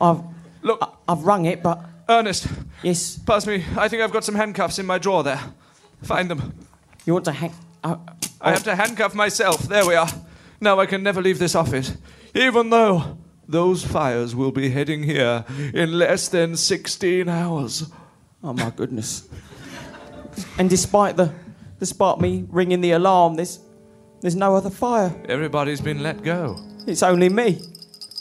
[SPEAKER 9] I've look. I, have rung it, but
[SPEAKER 5] Ernest.
[SPEAKER 9] Yes.
[SPEAKER 5] Pass me. I think I've got some handcuffs in my drawer there. Find them.
[SPEAKER 9] You want to hang? uh,
[SPEAKER 5] I have to handcuff myself. There we are. Now I can never leave this office, even though those fires will be heading here in less than 16 hours.
[SPEAKER 9] Oh my goodness. and despite the, despite me ringing the alarm, there's, there's no other fire.
[SPEAKER 5] Everybody's been let go.
[SPEAKER 9] It's only me.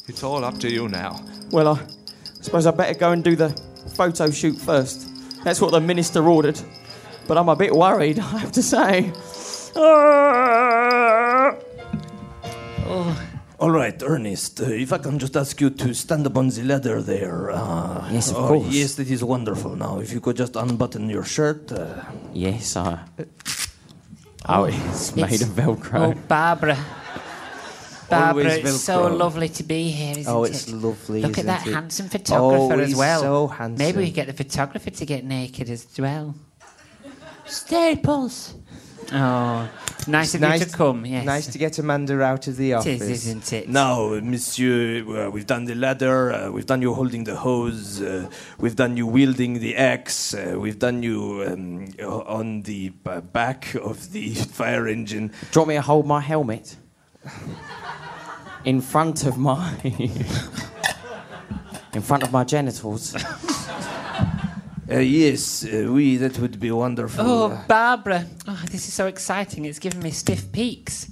[SPEAKER 5] It's all up to you now.
[SPEAKER 9] Well, I suppose I better go and do the photo shoot first. That's what the minister ordered. But I'm a bit worried, I have to say.
[SPEAKER 14] Ah.
[SPEAKER 15] Oh. All right, Ernest, uh, if I can just ask you to stand up on the ladder there. Uh,
[SPEAKER 3] Yes, of
[SPEAKER 15] oh,
[SPEAKER 3] course.
[SPEAKER 15] Yes, that is wonderful. Now, if you could just unbutton your shirt. Uh,
[SPEAKER 3] Yes, I. Oh, it's made
[SPEAKER 14] It's-
[SPEAKER 3] of Velcro.
[SPEAKER 14] Oh, Barbara. Barbara,
[SPEAKER 15] Always
[SPEAKER 14] it's so
[SPEAKER 15] Velcro.
[SPEAKER 14] lovely to be here, isn't
[SPEAKER 15] Oh,
[SPEAKER 14] it?
[SPEAKER 15] it's lovely,
[SPEAKER 14] Look
[SPEAKER 15] isn't
[SPEAKER 14] at that
[SPEAKER 15] it?
[SPEAKER 14] handsome photographer
[SPEAKER 15] Oh,
[SPEAKER 14] as
[SPEAKER 15] he's
[SPEAKER 14] well.
[SPEAKER 15] so handsome.
[SPEAKER 14] Maybe we could get the photographer to get naked as well. Staples.
[SPEAKER 15] oh,
[SPEAKER 14] nice of you to come, yes.
[SPEAKER 15] Nice to get Amanda out of the
[SPEAKER 14] is, office. isn't it?
[SPEAKER 15] Now, Monsieur, uh, we've done the ladder, uh, we've done you holding the hose, uh, we've done you wielding the axe, uh, we've done you um, o- on the uh, back of the fire engine.
[SPEAKER 9] Do you want me to hold my helmet? In front of my. in front of my genitals.
[SPEAKER 15] Uh, yes, uh, we. That would be wonderful. Uh,
[SPEAKER 14] Oh, Barbara. Oh, this is so exciting. It's giving me stiff peaks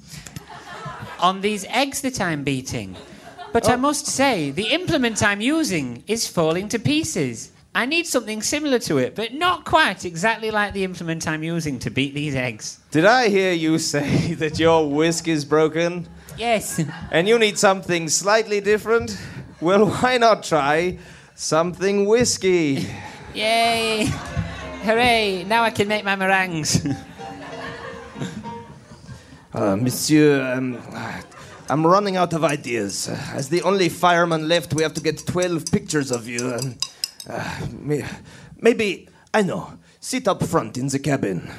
[SPEAKER 14] on these eggs that I'm beating. But
[SPEAKER 15] Oh.
[SPEAKER 14] I must say, the implement I'm using is falling to pieces. I need something similar to it, but not quite exactly like the implement I'm using to beat these eggs.
[SPEAKER 11] Did I hear you say that your whisk is broken?
[SPEAKER 14] Yes.
[SPEAKER 11] And you need something slightly different? Well, why not try something whiskey?
[SPEAKER 14] Yay! Hooray! Now I can make my meringues.
[SPEAKER 15] Uh, monsieur, um,
[SPEAKER 4] ah,
[SPEAKER 15] I'm running out of ideas. As the only fireman left, we have to get 12 pictures of you. Um, uh, may- maybe, I know, sit up front in the cabin.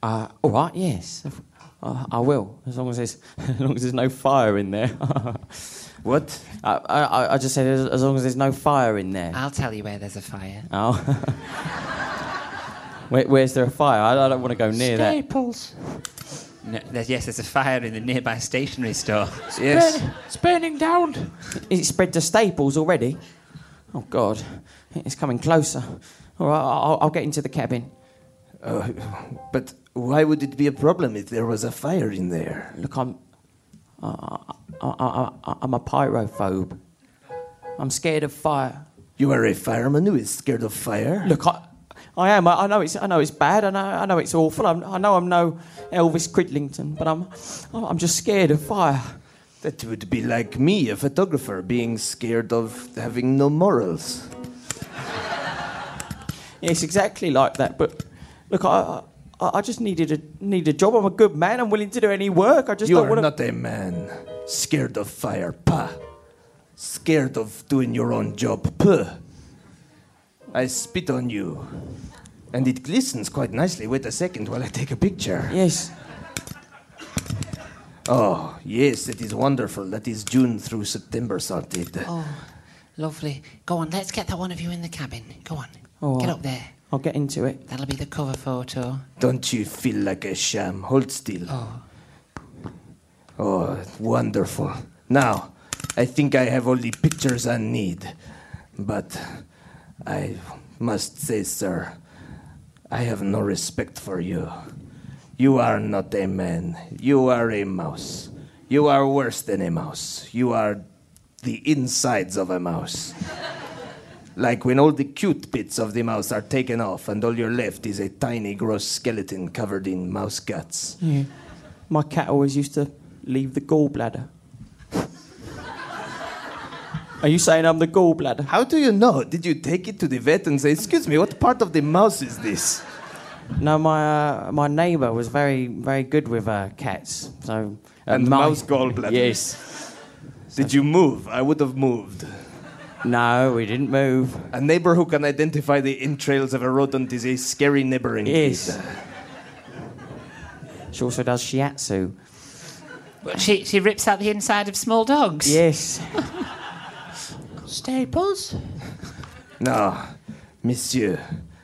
[SPEAKER 9] Uh, all right, yes. Uh, I will, as long as there's, as long as there's no fire in there.
[SPEAKER 15] what?
[SPEAKER 9] Uh, I, I, I just said as, as long as there's no fire in there.
[SPEAKER 14] I'll tell you where there's a fire.
[SPEAKER 9] Oh. Where, where's there a fire? I, I don't want to go near that.
[SPEAKER 14] Staples.
[SPEAKER 6] No, there's, yes, there's a fire in the nearby stationery store.
[SPEAKER 9] It's burning down. Is it spread to Staples already? Oh, God. It's coming closer. All right, I'll, I'll get into the cabin.
[SPEAKER 15] Uh, but why would it be a problem if there was a fire in there?
[SPEAKER 9] Look, I'm. Uh, I, I, I, I'm a pyrophobe. I'm scared of fire.
[SPEAKER 15] You are a fireman who is scared of fire?
[SPEAKER 9] Look, I, I am. I, I know it's. I know it's bad. I know. I know it's awful. I'm, I know I'm no Elvis Cridlington, but I'm. I'm just scared of fire.
[SPEAKER 15] That would be like me, a photographer, being scared of having no morals.
[SPEAKER 9] It's exactly like that. But look, I. I, I just needed a need a job. I'm a good man. I'm willing to do any work. I just
[SPEAKER 15] you
[SPEAKER 9] don't
[SPEAKER 15] are
[SPEAKER 9] want to.
[SPEAKER 15] not a man scared of fire, pa. Scared of doing your own job, puh. I spit on you. And it glistens quite nicely. Wait a second while I take a picture.
[SPEAKER 9] Yes.
[SPEAKER 15] Oh, yes, that is wonderful. That is June through September sorted.
[SPEAKER 14] Oh, lovely. Go on, let's get that one of you in the cabin. Go on.
[SPEAKER 15] All
[SPEAKER 9] Oh,
[SPEAKER 14] Get
[SPEAKER 15] right.
[SPEAKER 14] up there.
[SPEAKER 9] I'll get into it.
[SPEAKER 14] That'll be the cover photo.
[SPEAKER 15] Don't you feel like a sham? Hold still.
[SPEAKER 14] Oh.
[SPEAKER 15] Oh, wonderful. Now, I think I have all the pictures I need. But I must say, sir, I have no respect for you. You are not a man. You are a mouse. You are worse than a mouse. You are the insides of a mouse. like when all the cute bits of the mouse are taken off and all you're left is a tiny, gross skeleton covered in mouse guts.
[SPEAKER 9] Yeah. My cat always used to leave the gallbladder. Are you saying I'm the gallbladder?
[SPEAKER 15] How do you know? Did you take it to the vet and say, "Excuse me, what part of the mouse is this?"
[SPEAKER 9] No, my uh, my neighbour was very very good with uh, cats. So uh,
[SPEAKER 15] And
[SPEAKER 9] my-
[SPEAKER 15] mouse gallbladder.
[SPEAKER 9] Yes.
[SPEAKER 15] Did you move? I would have moved.
[SPEAKER 9] No, we didn't move.
[SPEAKER 15] A neighbor who can identify the entrails of a rodent is a scary neighbor indeed.
[SPEAKER 9] Yes. She also does shiatsu.
[SPEAKER 6] She, she rips out the inside of small dogs.
[SPEAKER 9] Yes.
[SPEAKER 6] Staples?
[SPEAKER 15] No, monsieur.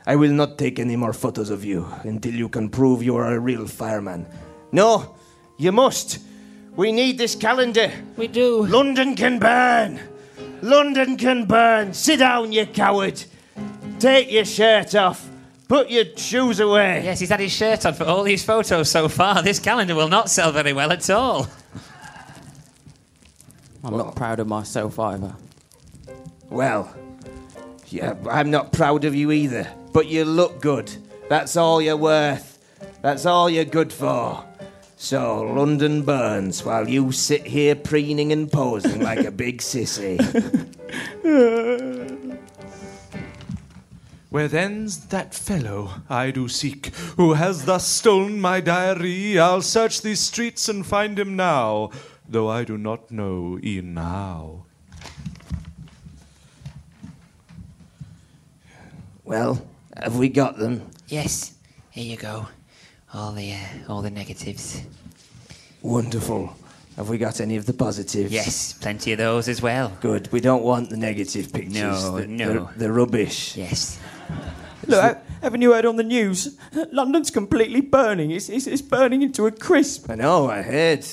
[SPEAKER 15] I will not take any more photos of you until you can prove you are a real fireman.
[SPEAKER 4] No, you must. We need this calendar.
[SPEAKER 6] We do.
[SPEAKER 4] London can burn. London can burn. Sit down, you coward. Take your shirt off. Put your shoes away.
[SPEAKER 6] Yes, he's had his shirt on for all these photos so far. This calendar will not sell very well at all.
[SPEAKER 9] I'm not proud of myself either.
[SPEAKER 15] Well, yeah, I'm not proud of you either, but you look good. That's all you're worth. That's all you're good for. So London burns while you sit here preening and posing like a big sissy.
[SPEAKER 2] Where then's that fellow I do seek, who has thus stolen my diary? I'll search these streets and find him now, though I do not know e'en how.
[SPEAKER 15] Well, have we got them?
[SPEAKER 6] Yes, here you go. All the uh, all the negatives.
[SPEAKER 15] Wonderful. Have we got any of the positives?
[SPEAKER 6] Yes, plenty of those as well.
[SPEAKER 15] Good. We don't want the negative pictures.
[SPEAKER 6] No,
[SPEAKER 15] They're-
[SPEAKER 6] no.
[SPEAKER 15] They're, they're rubbish.
[SPEAKER 6] Yes.
[SPEAKER 9] Look, ha- haven't you heard on the news? London's completely burning. It's, it's, it's burning into a crisp.
[SPEAKER 15] I know, I heard.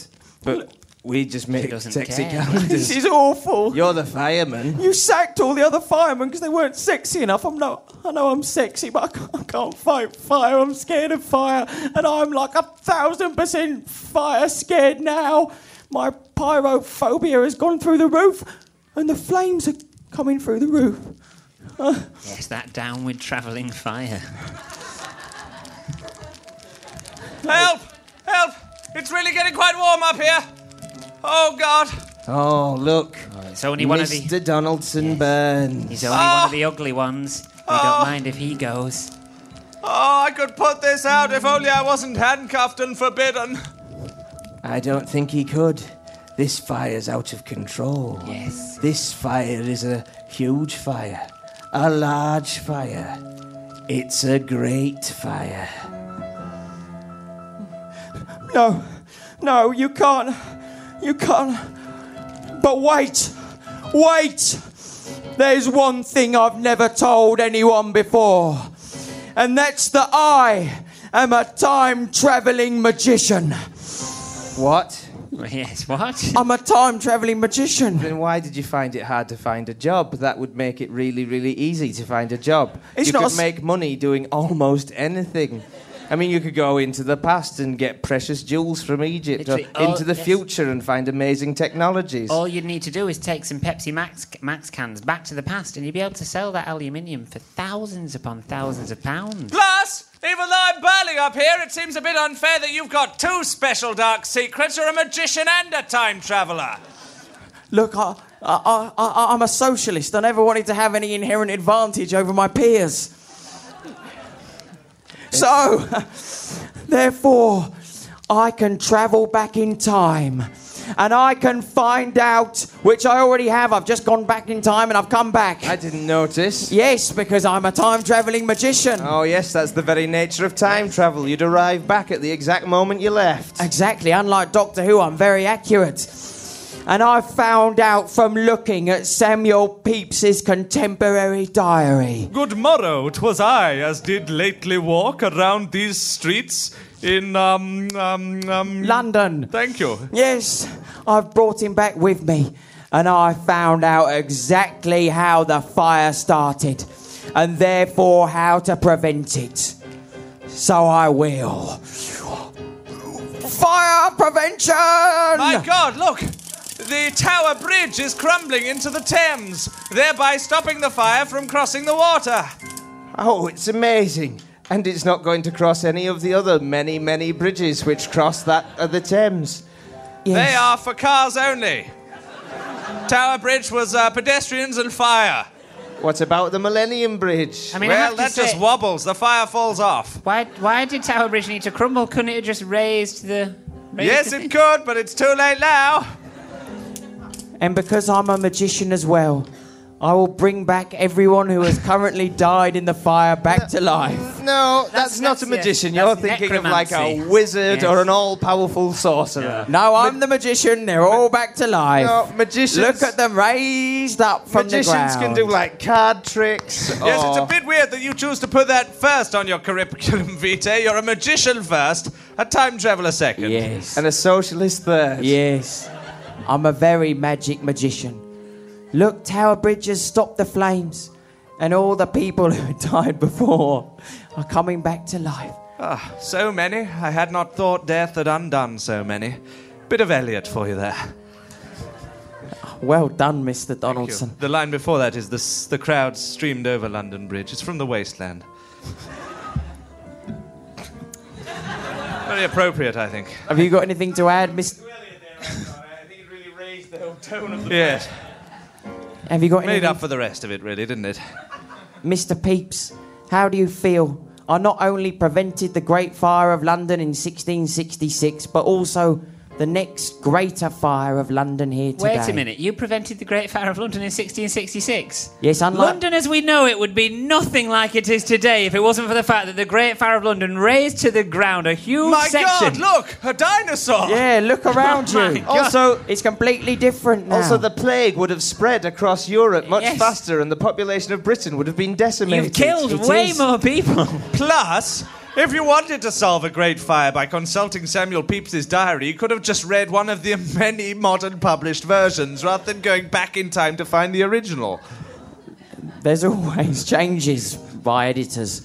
[SPEAKER 15] But we just make
[SPEAKER 6] doesn't
[SPEAKER 15] sexy
[SPEAKER 6] care.
[SPEAKER 9] This
[SPEAKER 15] calendars.
[SPEAKER 9] is awful.
[SPEAKER 15] You're the fireman.
[SPEAKER 9] You sacked all the other firemen because they weren't sexy enough. I'm not. I know I'm sexy, but I can't, I can't fight fire. I'm scared of fire, and I'm like a thousand percent fire scared now. My pyrophobia has gone through the roof, and the flames are coming through the roof.
[SPEAKER 6] Yes, that downward travelling fire.
[SPEAKER 2] Help! Help! It's really getting quite warm up here! Oh god!
[SPEAKER 15] Oh, look.
[SPEAKER 6] It's only one of the
[SPEAKER 15] Mr. Donaldson Burns. Ah!
[SPEAKER 6] he's only one of the ugly ones. We don't mind if he goes.
[SPEAKER 2] Oh, I could put this out if only I wasn't handcuffed and forbidden.
[SPEAKER 15] I don't think he could. This fire's out of control.
[SPEAKER 6] Yes.
[SPEAKER 15] This fire is a huge fire, a large fire. It's a great fire.
[SPEAKER 9] No, no, you can't. You can't. But wait, wait. There's one thing I've never told anyone before, and that's that I am a time traveling magician.
[SPEAKER 15] What?
[SPEAKER 6] Yes, what?
[SPEAKER 9] I'm a time traveling magician.
[SPEAKER 4] Then why did you find it hard to find a job? That would make it really, really easy to find a job.
[SPEAKER 9] It's
[SPEAKER 4] you
[SPEAKER 9] not a
[SPEAKER 4] could
[SPEAKER 9] s-
[SPEAKER 4] make money doing almost anything. I mean, you could go into the past and get precious jewels from Egypt, or
[SPEAKER 6] Literally, oh,
[SPEAKER 4] into the
[SPEAKER 6] yes. Oh,
[SPEAKER 4] future and find amazing technologies.
[SPEAKER 6] All you'd need to do is take some Pepsi Max, Max cans back to the past, and you'd be able to sell that aluminium for thousands upon thousands of pounds.
[SPEAKER 2] Plus, even though I'm burning up here, it seems a bit unfair that you've got two special dark secrets. You're a magician and a time traveler.
[SPEAKER 9] Look, I, I, I, I, I'm a socialist. I never wanted to have any inherent advantage over my peers. So, therefore, I can travel back in time and I can find out, which I already have. I've just gone back in time and I've come back.
[SPEAKER 4] I didn't notice.
[SPEAKER 9] Yes, because I'm a time traveling magician.
[SPEAKER 4] Oh, yes, that's the very nature of time travel. You'd arrive back at the exact moment you left.
[SPEAKER 9] Exactly. Unlike Doctor Who, I'm very accurate. And I found out from looking at Samuel Pepys's contemporary diary.
[SPEAKER 2] Good morrow, 'twas I as did lately walk around these streets in, um, um, um.
[SPEAKER 9] London.
[SPEAKER 2] Thank you.
[SPEAKER 9] Yes, I've brought him back with me, and I found out exactly how the fire started, and therefore how to prevent it. So I will. Fire prevention!
[SPEAKER 2] My God, look! The Tower Bridge is crumbling into the Thames, thereby stopping the fire from crossing the water.
[SPEAKER 4] Oh, it's amazing. And it's not going to cross any of the other many, many bridges which cross that of the Thames.
[SPEAKER 2] They are for cars only. Tower Bridge was uh, pedestrians and fire.
[SPEAKER 4] What about Oh, the Millennium Bridge?
[SPEAKER 6] I mean, I
[SPEAKER 2] well,
[SPEAKER 6] have to
[SPEAKER 2] that just
[SPEAKER 6] say-
[SPEAKER 2] wobbles. The fire falls off.
[SPEAKER 6] Why, why did Tower Bridge need to crumble? Couldn't it have just raised the. raised
[SPEAKER 2] Yes,
[SPEAKER 6] the
[SPEAKER 2] it could, but it's too late now.
[SPEAKER 9] And because I'm a magician as well, I will bring back everyone who has currently died in the fire back to life.
[SPEAKER 4] No, that's, not
[SPEAKER 6] that's
[SPEAKER 4] a magician.
[SPEAKER 6] it.
[SPEAKER 4] You're
[SPEAKER 6] That's
[SPEAKER 4] thinking of like a
[SPEAKER 6] necromancy.
[SPEAKER 4] wizard
[SPEAKER 6] Yes.
[SPEAKER 4] or an all powerful sorcerer.
[SPEAKER 9] No, I'm the magician. They're all back to life.
[SPEAKER 4] No, magicians.
[SPEAKER 9] Look at them raised up from the ground.
[SPEAKER 4] Magicians can do like card tricks.
[SPEAKER 2] Yes, it's
[SPEAKER 9] Oh.
[SPEAKER 4] or-
[SPEAKER 2] a bit weird that you choose to put that first on your curriculum vitae. You're a magician first, a time traveler second.
[SPEAKER 9] Yes.
[SPEAKER 4] And a socialist third.
[SPEAKER 9] Yes. I'm a very magic magician. Look, Tower Bridge has stopped the flames, and all the people who died before are coming back to life.
[SPEAKER 2] Ah, so many. I had not thought death had undone so many. Bit of Eliot for you there.
[SPEAKER 9] Well done, Mr.
[SPEAKER 2] Thank you.
[SPEAKER 9] Donaldson.
[SPEAKER 2] The line before that is the, s- the crowd streamed over London Bridge. It's from the wasteland. Very appropriate, I think.
[SPEAKER 9] Have you got anything to add, Miss?
[SPEAKER 2] Yes.
[SPEAKER 9] Have you got
[SPEAKER 2] Made
[SPEAKER 9] anything,
[SPEAKER 2] up for the rest of it, really, didn't it?
[SPEAKER 9] Mr. Peeps? How do you feel? I not only prevented the Great Fire of London in 1666, but also the next greater fire of London here today.
[SPEAKER 6] Wait a minute, you prevented the Great Fire of London in 1666?
[SPEAKER 9] Yes, unlike
[SPEAKER 6] London as we know it would be nothing like it is today if it wasn't for the fact that the Great Fire of London razed to the ground a huge
[SPEAKER 2] My
[SPEAKER 6] section.
[SPEAKER 2] God! Look, a dinosaur.
[SPEAKER 9] Yeah, look around
[SPEAKER 6] Oh my
[SPEAKER 9] you.
[SPEAKER 6] God.
[SPEAKER 9] Also, it's completely different now.
[SPEAKER 4] Also, the plague would have spread across Europe much
[SPEAKER 6] Yes.
[SPEAKER 4] faster, and the population of Britain would have been decimated.
[SPEAKER 6] You've killed
[SPEAKER 9] it
[SPEAKER 6] way
[SPEAKER 9] is.
[SPEAKER 6] more people.
[SPEAKER 2] Plus, if you wanted to solve a great fire by consulting Samuel Pepys's diary, you could have just read one of the many modern published versions rather than going back in time to find the original.
[SPEAKER 9] There's always changes by editors.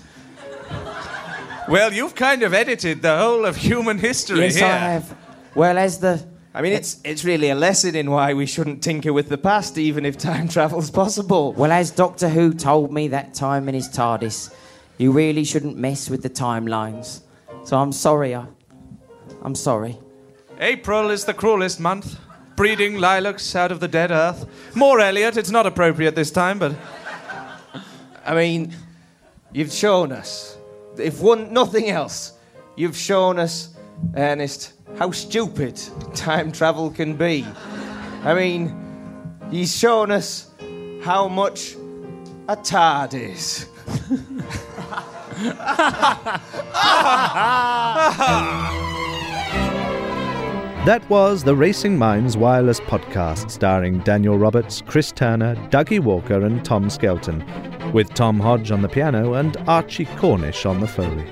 [SPEAKER 2] Well, you've kind of edited the whole of human history
[SPEAKER 9] Yes,
[SPEAKER 2] here.
[SPEAKER 9] I have. Well, as the
[SPEAKER 4] I mean, it's it's really a lesson in why we shouldn't tinker with the past, even if time travel's possible.
[SPEAKER 9] well as Doctor Who told me that time in his TARDIS, you really shouldn't mess with the timelines. So I'm sorry. I, I'm sorry.
[SPEAKER 2] April is the cruelest month. Breeding lilacs out of the dead earth. More Eliot, it's not appropriate this time, but
[SPEAKER 4] I mean, you've shown us, if one nothing else, you've shown us, Ernest, how stupid time travel can be. I mean, he's shown us how much a tard is.
[SPEAKER 1] That was the Racing Minds Wireless podcast starring Daniel Roberts, Chris Turner, Dougie Walker, and Tom Skelton, with Tom Hodge on the piano and Archie Cornish on the Foley.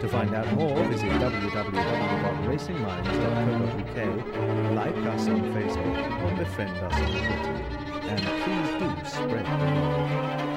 [SPEAKER 1] To find out more, visit www.racingminds.co.uk, like us on Facebook, or befriend us on Twitter. And please do spread the word.